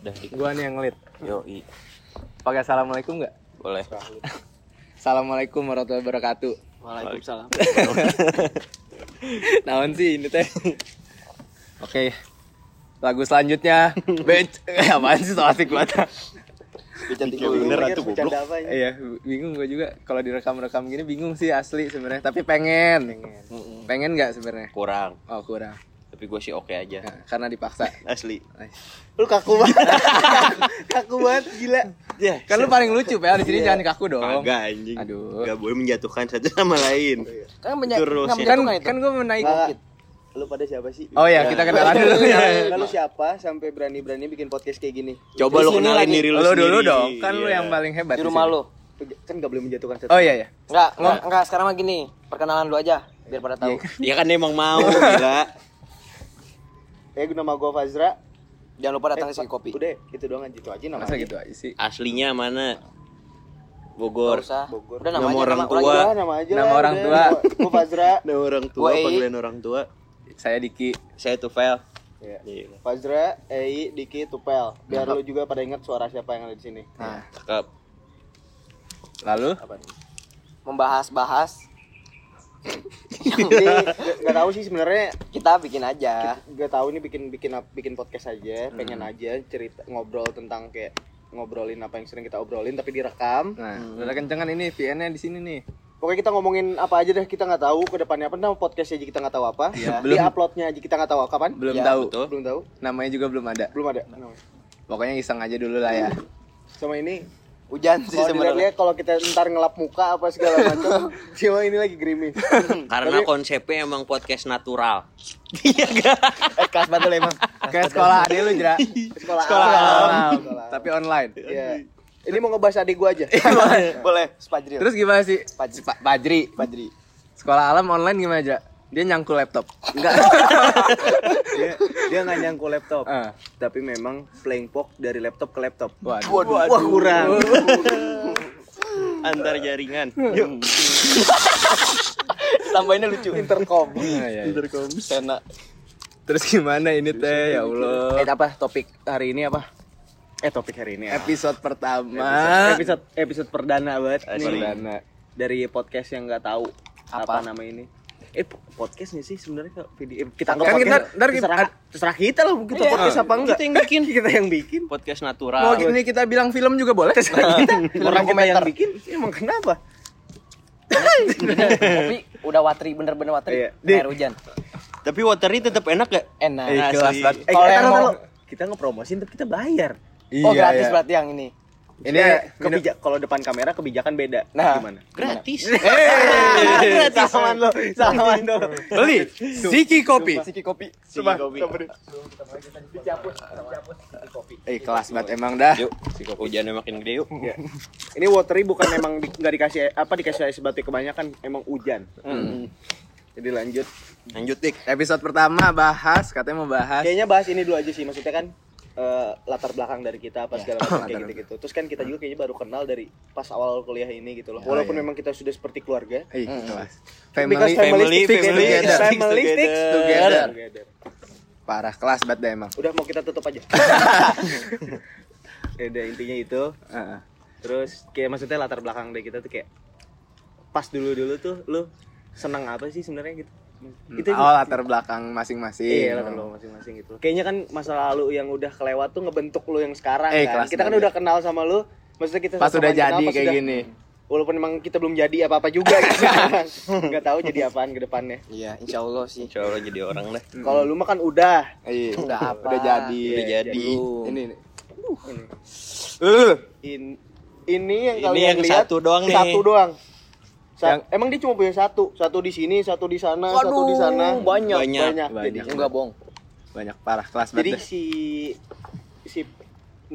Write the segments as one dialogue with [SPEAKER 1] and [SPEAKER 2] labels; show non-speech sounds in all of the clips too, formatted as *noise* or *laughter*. [SPEAKER 1] Udah dik.
[SPEAKER 2] Gua nih yang ngelit.
[SPEAKER 1] Yoi.
[SPEAKER 2] Pakai assalamualaikum nggak?
[SPEAKER 1] Boleh.
[SPEAKER 2] Assalamualaikum warahmatullahi wabarakatuh.
[SPEAKER 3] Waalaikumsalam.
[SPEAKER 2] *laughs* Naon sih ini teh? Oke. Lagu *laughs* selanjutnya.
[SPEAKER 1] *laughs*
[SPEAKER 2] Bet. Eh, Apaan sih so asik banget.
[SPEAKER 3] Cantik
[SPEAKER 1] bener atuh, goblok.
[SPEAKER 2] Iya, bingung gue juga kalau direkam-rekam gini bingung sih asli sebenarnya, tapi pengen. Pengen nggak sebenarnya?
[SPEAKER 1] Kurang.
[SPEAKER 2] Oh, kurang.
[SPEAKER 1] Tapi gue sih oke aja.
[SPEAKER 2] Nah, karena dipaksa.
[SPEAKER 1] Asli.
[SPEAKER 3] Lu kaku banget. *laughs* kaku banget gila.
[SPEAKER 1] Ya.
[SPEAKER 2] Kan lu paling lucu, Pel. Di sini
[SPEAKER 3] Iya.
[SPEAKER 2] jangan kaku dong.
[SPEAKER 1] Kagak anjing.
[SPEAKER 2] Aduh.
[SPEAKER 1] Gak boleh menjatuhkan satu sama lain.
[SPEAKER 3] Kan
[SPEAKER 1] Itu rules-nya.
[SPEAKER 2] Kan kan gue menaik.
[SPEAKER 3] Nggak, nggak. Lu pada siapa sih?
[SPEAKER 2] Oh ya, kita kenalan dulu. *laughs*
[SPEAKER 3] Kalau siapa sampai berani-berani bikin podcast kayak gini?
[SPEAKER 1] Coba lu
[SPEAKER 3] Di sini
[SPEAKER 1] kenalin
[SPEAKER 3] lagi.
[SPEAKER 1] diri lu
[SPEAKER 2] Lu
[SPEAKER 1] sendiri.
[SPEAKER 2] dulu dong, kan lu
[SPEAKER 1] Iya.
[SPEAKER 2] yang paling hebat.
[SPEAKER 4] di rumah
[SPEAKER 2] sini.
[SPEAKER 4] lu
[SPEAKER 3] Kan nggak boleh menjatuhkan satu.
[SPEAKER 2] Oh iya ya.
[SPEAKER 4] enggak enggak enggak sekarang mah gini perkenalan lu aja biar pada tahu
[SPEAKER 1] Ya kan emang
[SPEAKER 2] *laughs*
[SPEAKER 1] mau gila.
[SPEAKER 3] Eh, nama gua Fazra.
[SPEAKER 4] jangan lupa datang
[SPEAKER 3] Eh,
[SPEAKER 4] ke segi kopi
[SPEAKER 3] Udah, itu doang aja itu aja nama.
[SPEAKER 2] Masa gitu aja sih.
[SPEAKER 1] Aslinya mana?
[SPEAKER 4] Gak
[SPEAKER 1] Bogor.
[SPEAKER 4] usah
[SPEAKER 3] Bogor.
[SPEAKER 4] udah
[SPEAKER 1] Nama
[SPEAKER 4] nama aja
[SPEAKER 1] orang
[SPEAKER 4] nama
[SPEAKER 1] tua.
[SPEAKER 3] Udah, nama aja.
[SPEAKER 2] Nama
[SPEAKER 3] lah,
[SPEAKER 2] orang
[SPEAKER 3] udah.
[SPEAKER 2] tua.
[SPEAKER 3] Nama- Gua
[SPEAKER 2] *laughs*
[SPEAKER 3] Fazra.
[SPEAKER 1] Nah orang tua,
[SPEAKER 4] Woi.
[SPEAKER 1] panggilan orang tua.
[SPEAKER 2] Saya Diki.
[SPEAKER 1] Saya Tufel.
[SPEAKER 3] Iya.
[SPEAKER 1] Iya.
[SPEAKER 3] Fazra, Ei, Diki, Tupel. Biar lu juga pada ingat suara siapa yang ada di sini.
[SPEAKER 2] Nah,
[SPEAKER 1] Cakep.
[SPEAKER 2] lalu
[SPEAKER 3] Apa nih?
[SPEAKER 4] membahas-bahas
[SPEAKER 3] Jadi, nggak- nggak tahu sih sebenarnya
[SPEAKER 4] kita bikin aja
[SPEAKER 3] gak tahu ini bikin bikin ap- bikin podcast aja pengen aja cerita ngobrol tentang kayak ngobrolin apa yang sering kita obrolin tapi direkam
[SPEAKER 2] Nah, udah kencengan ini VN-nya di sini nih.
[SPEAKER 3] pokoknya kita ngomongin apa aja deh kita nggak tahu kedepannya apa nah podcast aja kita nggak tahu apa
[SPEAKER 2] Iya,
[SPEAKER 3] di
[SPEAKER 2] belum.
[SPEAKER 3] uploadnya aja kita nggak tahu kapan
[SPEAKER 2] Belum
[SPEAKER 4] Ya,
[SPEAKER 2] tahu.
[SPEAKER 1] betul.
[SPEAKER 3] belum tahu
[SPEAKER 2] Namanya juga belum ada.
[SPEAKER 3] belum ada
[SPEAKER 2] Pokoknya iseng aja dulu
[SPEAKER 3] *laughs*
[SPEAKER 2] lah ya.
[SPEAKER 3] sama ini
[SPEAKER 4] hujan sih
[SPEAKER 3] kalau
[SPEAKER 4] sebenarnya
[SPEAKER 3] dilihat kalau kita ntar ngelap muka apa segala macam cuma ini lagi gerimis
[SPEAKER 1] Karena konsepnya emang podcast natural.
[SPEAKER 4] khas banget *laughs* emang
[SPEAKER 2] Kayak sekolah adek lu, Jra.
[SPEAKER 3] sekolah
[SPEAKER 2] Sekolah
[SPEAKER 3] alam.
[SPEAKER 2] alam.
[SPEAKER 3] Iya. Sekolah alam.
[SPEAKER 2] Tapi
[SPEAKER 3] *laughs*
[SPEAKER 2] Eh. online.
[SPEAKER 3] Iya. ini mau ngebahas adik gua aja
[SPEAKER 4] boleh spajri
[SPEAKER 2] Terus gimana sih?
[SPEAKER 4] Pajri.
[SPEAKER 2] Pa- Pajri.
[SPEAKER 4] spajri
[SPEAKER 2] Sekolah alam online gimana aja? Dia nyangkul laptop. Enggak.
[SPEAKER 3] dia, dia nggak nyangkul laptop
[SPEAKER 2] Ah.
[SPEAKER 3] tapi memang playing pok dari laptop ke laptop
[SPEAKER 2] Waduh.
[SPEAKER 3] wah kurang
[SPEAKER 1] Antar jaringan.
[SPEAKER 4] tambahinnya lucu
[SPEAKER 3] intercom
[SPEAKER 2] Iya, iya, iya.
[SPEAKER 4] enak
[SPEAKER 2] Terus gimana ini teh? Ya
[SPEAKER 3] Eh
[SPEAKER 2] Allah.
[SPEAKER 3] apa topik hari ini apa? Eh topik hari ini apa?
[SPEAKER 2] Episode pertama.
[SPEAKER 3] Episode episode perdana banget nih
[SPEAKER 2] Perdana.
[SPEAKER 3] dari podcast yang nggak tahu apa,
[SPEAKER 4] Apa?
[SPEAKER 3] nama ini. Eh po- podcast nih sih sebenarnya kalau video eh, kita anggap
[SPEAKER 2] Kan kita- ntar
[SPEAKER 3] podcast
[SPEAKER 2] kita-
[SPEAKER 3] terserah, terserah kita lah kita
[SPEAKER 2] Iya.
[SPEAKER 3] podcast apa enggak.
[SPEAKER 1] Kita yang bikin.
[SPEAKER 3] *laughs* kita yang bikin.
[SPEAKER 1] Podcast
[SPEAKER 2] Mau
[SPEAKER 1] natural.
[SPEAKER 2] gini kita bilang film juga boleh.
[SPEAKER 3] Orang kita yang bikin emang kenapa?
[SPEAKER 4] kopi udah watri bener-bener
[SPEAKER 3] Iya.
[SPEAKER 4] watri
[SPEAKER 3] Di-
[SPEAKER 4] air hujan
[SPEAKER 1] Tapi waternya tetap enak gak?
[SPEAKER 4] enak
[SPEAKER 2] Ih, kelas
[SPEAKER 1] Asli.
[SPEAKER 2] banget.
[SPEAKER 3] Eh
[SPEAKER 4] Kalau yang
[SPEAKER 3] kita
[SPEAKER 4] mau-
[SPEAKER 3] kita ngepromosin tapi kita bayar.
[SPEAKER 4] oh
[SPEAKER 2] Iya,
[SPEAKER 4] gratis
[SPEAKER 2] iya.
[SPEAKER 4] berarti yang ini
[SPEAKER 2] Ini
[SPEAKER 3] Ini
[SPEAKER 2] minum-
[SPEAKER 3] kebijak kalau depan kamera kebijakan beda.
[SPEAKER 4] Nah.
[SPEAKER 3] gimana?
[SPEAKER 1] Gratis.
[SPEAKER 2] Iya.
[SPEAKER 3] Eh, Gratis sama lo, sama lo.
[SPEAKER 2] beli Siki kopi.
[SPEAKER 4] siki kopi
[SPEAKER 3] Coba,
[SPEAKER 2] Eh kelas banget emang dah.
[SPEAKER 1] Yuk, si hujannya makin gede yuk.
[SPEAKER 3] Iya. Ini watery bukan emang di- nggak dikasih apa dikasih es batu kebanyakan emang hujan. Jadi lanjut.
[SPEAKER 1] Lanjut dik.
[SPEAKER 2] Episode pertama bahas katanya mau bahas
[SPEAKER 3] Kayaknya bahas ini dulu aja sih maksudnya kan eh, latar belakang dari kita apa segala macam kayak gitu-gitu. Terus kan kita juga kayaknya baru kenal dari pas awal kuliah ini gitu loh. Walaupun memang kita sudah seperti keluarga.
[SPEAKER 2] Ih, Eh, kelas.
[SPEAKER 3] Because
[SPEAKER 2] Family,
[SPEAKER 1] family
[SPEAKER 3] family, sticks
[SPEAKER 1] family
[SPEAKER 3] together.
[SPEAKER 1] sticks
[SPEAKER 3] Family sticks
[SPEAKER 2] together.
[SPEAKER 3] together.
[SPEAKER 2] parah kelas banget dah emang.
[SPEAKER 3] Udah mau kita tutup aja. Ya udah intinya itu.
[SPEAKER 2] Heeh.
[SPEAKER 3] Terus kayak maksudnya latar belakang dari kita tuh kayak pas dulu-dulu tuh lu seneng apa sih sebenarnya gitu. Itu
[SPEAKER 2] oh latar belakang masing-masing.
[SPEAKER 3] Iya latar belakang masing-masing gitu. Kayaknya kan masa lalu yang udah kelewat tuh ngebentuk lu yang sekarang
[SPEAKER 2] Eh,
[SPEAKER 3] kan.
[SPEAKER 2] kelas
[SPEAKER 3] Kita kan
[SPEAKER 2] banget.
[SPEAKER 3] udah kenal sama lu. Maksudnya kita
[SPEAKER 2] Pas
[SPEAKER 3] sama-sama
[SPEAKER 2] udah
[SPEAKER 3] kenal,
[SPEAKER 2] jadi
[SPEAKER 3] pas
[SPEAKER 2] kayak
[SPEAKER 3] udah-
[SPEAKER 2] gini.
[SPEAKER 3] Walaupun emang kita belum jadi apa-apa juga
[SPEAKER 2] *laughs*
[SPEAKER 3] gitu. Enggak tahu jadi apaan ke depannya.
[SPEAKER 4] iya insya Allah sih
[SPEAKER 1] Insya Allah jadi orang lah.
[SPEAKER 2] Hmm.
[SPEAKER 3] Kalau lu mah kan udah.
[SPEAKER 2] Iya.
[SPEAKER 4] Udah apa?
[SPEAKER 2] Udah jadi.
[SPEAKER 1] Udah jadi.
[SPEAKER 2] Ini nih. Uh.
[SPEAKER 3] In- ini yang
[SPEAKER 1] Ini
[SPEAKER 3] kalian
[SPEAKER 1] yang
[SPEAKER 3] lihat
[SPEAKER 1] satu doang nih.
[SPEAKER 3] Satu doang. Sa-
[SPEAKER 2] Yang-
[SPEAKER 3] Emang dia cuma punya satu, satu di sini, satu di sana, satu di sana.
[SPEAKER 4] banyak
[SPEAKER 1] Banyak.
[SPEAKER 3] Banyak.
[SPEAKER 2] Banyak.
[SPEAKER 3] Jadi,
[SPEAKER 4] enggak bohong
[SPEAKER 2] banyak parah kelas
[SPEAKER 3] jadi
[SPEAKER 2] banget. dah.
[SPEAKER 3] si si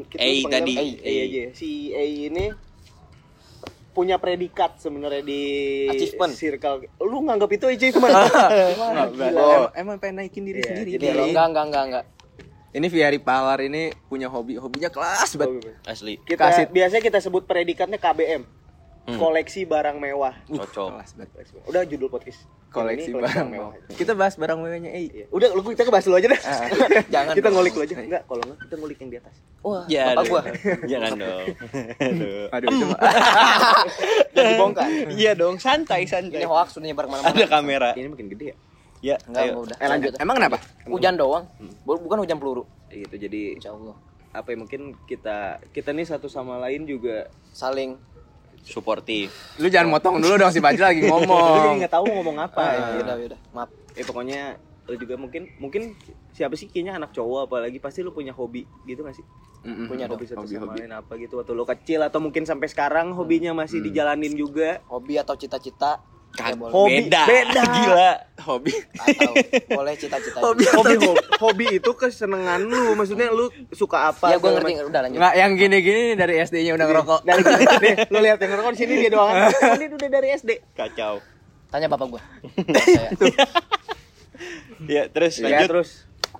[SPEAKER 3] kita
[SPEAKER 1] A
[SPEAKER 3] panggil
[SPEAKER 1] tadi,
[SPEAKER 3] A, A aja. Si A ini punya predikat sebenarnya di
[SPEAKER 4] Achievement.
[SPEAKER 3] circle. Lu nganggap itu achievement?
[SPEAKER 2] Nggak,
[SPEAKER 3] Wah,
[SPEAKER 2] nggak. Oh.
[SPEAKER 3] gila.
[SPEAKER 2] Emang, emang pengen naikin diri
[SPEAKER 3] Iya,
[SPEAKER 2] sendiri.
[SPEAKER 3] jadi
[SPEAKER 2] Gila.
[SPEAKER 4] enggak enggak enggak enggak
[SPEAKER 2] Ini Viari Palar ini punya hobi, hobinya kelas banget.
[SPEAKER 1] Asli.
[SPEAKER 3] Kita
[SPEAKER 2] Kasih.
[SPEAKER 3] biasanya kita sebut predikatnya KBM. koleksi barang mewah.
[SPEAKER 1] Cocok.
[SPEAKER 2] Kelas banget.
[SPEAKER 3] Koleksi mewah. Udah judul podcast.
[SPEAKER 2] Koleksi
[SPEAKER 3] Ini
[SPEAKER 2] barang mewah. Kita bahas barang mewahnya, eh.
[SPEAKER 3] Iya. Udah, lu kita bahas lu aja deh.
[SPEAKER 4] Jangan
[SPEAKER 3] kita
[SPEAKER 4] dong.
[SPEAKER 3] ngulik lu aja. Enggak, kalau enggak kita ngulik yang di atas.
[SPEAKER 4] Wah,
[SPEAKER 1] Ya,
[SPEAKER 4] bapak
[SPEAKER 1] aduh.
[SPEAKER 4] gua.
[SPEAKER 1] Jangan dong. Aduh.
[SPEAKER 2] Aduh, itu mah. Eh,
[SPEAKER 3] Dan dibongkar.
[SPEAKER 1] Iya dong, santai santai.
[SPEAKER 4] Ini hoax sudah nyebar kemana-mana.
[SPEAKER 1] Iya. Ada kamera.
[SPEAKER 3] Ini makin gede ya.
[SPEAKER 1] Ya,
[SPEAKER 4] Enggak,
[SPEAKER 1] ayo.
[SPEAKER 4] gua udah.
[SPEAKER 2] Eh, lanjut. Emang kenapa?
[SPEAKER 4] Hujan doang. Bu- Bukan hujan peluru.
[SPEAKER 3] Ya Gitu. Jadi
[SPEAKER 4] Hmm. Insyaallah.
[SPEAKER 3] apa ya mungkin kita kita nih satu sama lain juga
[SPEAKER 4] Saling
[SPEAKER 1] Supportive.
[SPEAKER 2] Lu jangan motong dulu dong si Bajil lagi
[SPEAKER 3] Lu jadi
[SPEAKER 2] ngomong.
[SPEAKER 3] nggak tahu mau ngomong apa
[SPEAKER 4] ya
[SPEAKER 3] gitu.
[SPEAKER 4] udah ya udah. Maaf.
[SPEAKER 3] ya pokoknya lu juga mungkin mungkin siapa sih kayaknya anak cowok apalagi pasti lu punya hobi gitu gak sih
[SPEAKER 2] Mm-mm.
[SPEAKER 4] Punya dong.
[SPEAKER 3] hobi satu
[SPEAKER 2] hobi,
[SPEAKER 3] sama
[SPEAKER 2] hobi.
[SPEAKER 3] lain apa gitu waktu lu kecil atau mungkin sampai sekarang hobinya masih dijalanin juga
[SPEAKER 4] Hobi atau cita-cita? Ya,
[SPEAKER 1] Kag-
[SPEAKER 4] boleh.
[SPEAKER 3] Hobi.
[SPEAKER 1] Beda.
[SPEAKER 3] Beda.
[SPEAKER 1] *laughs* Gila.
[SPEAKER 2] Hobi.
[SPEAKER 4] Atau boleh cita-cita.
[SPEAKER 3] *laughs*
[SPEAKER 2] Hobi.
[SPEAKER 3] hobi hobi itu kesenangan lu maksudnya lu suka apa
[SPEAKER 4] Ya gua
[SPEAKER 3] segala
[SPEAKER 4] ngerti, udah lanjut.
[SPEAKER 2] Enggak yang gini-gini dari SD-nya udah ngerokok.
[SPEAKER 3] macam. dari gitu. nih, lu lihat yang ngerokok di sini dia doang *laughs* oh, dia udah dari SD
[SPEAKER 1] Kacau.
[SPEAKER 4] Tanya bapak gua. Saya.
[SPEAKER 1] Ya, terus
[SPEAKER 3] ya
[SPEAKER 1] lanjut.
[SPEAKER 3] terus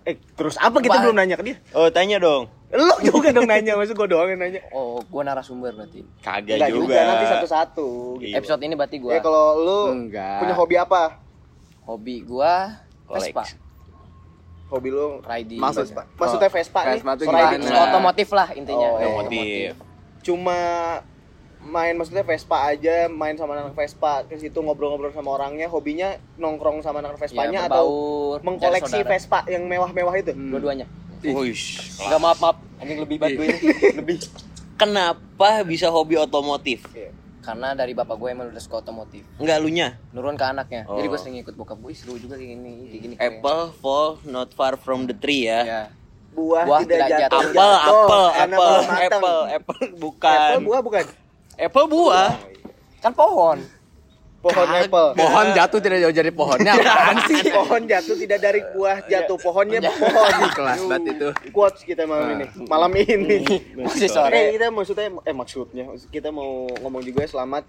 [SPEAKER 3] eh terus apa kita
[SPEAKER 4] Ba-
[SPEAKER 3] belum nanya ke dia
[SPEAKER 1] Oh, tanya dong.
[SPEAKER 3] lu juga dong nanya maksud gua doang yang nanya
[SPEAKER 4] Oh, gua narasumber berarti.
[SPEAKER 1] Kagak
[SPEAKER 3] Nggak
[SPEAKER 1] Ya juga.
[SPEAKER 3] nanti satu-satu gitu.
[SPEAKER 1] Iya.
[SPEAKER 4] Episode ini berarti gua.
[SPEAKER 3] Ya kalau lu
[SPEAKER 2] Enggak.
[SPEAKER 3] punya hobi apa?
[SPEAKER 4] Hobi gua
[SPEAKER 1] Koleks.
[SPEAKER 4] Vespa,
[SPEAKER 3] Hobi lu
[SPEAKER 4] riding.
[SPEAKER 2] Maksud-
[SPEAKER 3] Vespa. Maksudnya Vespa nih.
[SPEAKER 2] Vespa tuh
[SPEAKER 3] riding.
[SPEAKER 2] gimana?
[SPEAKER 4] Riding, otomotif lah intinya.
[SPEAKER 3] Oh,
[SPEAKER 1] Motif.
[SPEAKER 3] Cuma main maksudnya Vespa aja, main sama anak Vespa, ke situ ngobrol-ngobrol sama orangnya, hobinya nongkrong sama anak Vespanya atau
[SPEAKER 4] berbaur,
[SPEAKER 3] mengkoleksi
[SPEAKER 4] cari saudara. Hmm.
[SPEAKER 3] Vespa yang mewah-mewah itu.
[SPEAKER 4] dua-duanya. Iya.
[SPEAKER 1] Wuish.
[SPEAKER 4] Enggak maaf maaf, anjing lebih banget gue ini.
[SPEAKER 1] Lebih. Kenapa bisa hobi otomotif?
[SPEAKER 3] Iya.
[SPEAKER 4] *laughs* Karena dari bapak gue emang udah suka otomotif.
[SPEAKER 1] Enggak lunya.
[SPEAKER 4] Nurun ke anaknya.
[SPEAKER 1] Oh.
[SPEAKER 4] Jadi gue sering ikut bokap gue, "Ih, seru juga kayak gini, kayak gini.
[SPEAKER 1] Apple fall not far from the tree ya.
[SPEAKER 4] Ya.
[SPEAKER 3] Buah,
[SPEAKER 4] Buah
[SPEAKER 3] tidak
[SPEAKER 4] tidak
[SPEAKER 3] jatuh.
[SPEAKER 4] jatuh.
[SPEAKER 1] Apel, apel,
[SPEAKER 3] enak
[SPEAKER 1] apel,
[SPEAKER 3] belum mateng.
[SPEAKER 1] apel, kan. apel bukan.
[SPEAKER 3] Apple buah bukan?
[SPEAKER 1] Apple buah.
[SPEAKER 4] Kan pohon.
[SPEAKER 3] Pohon
[SPEAKER 1] Kagak.
[SPEAKER 3] apple.
[SPEAKER 2] Pohon jatuh tidak jauh dari pohonnya apaan sih?
[SPEAKER 3] Pohon jatuh tidak dari buah jatuh, pohonnya pohon.
[SPEAKER 2] Kelas banget itu.
[SPEAKER 3] Quotes kita malam ini. Malam ini.
[SPEAKER 4] Masih
[SPEAKER 3] Eh,
[SPEAKER 4] sore.
[SPEAKER 3] kita maksudnya eh maksudnya kita mau ngomong juga selamat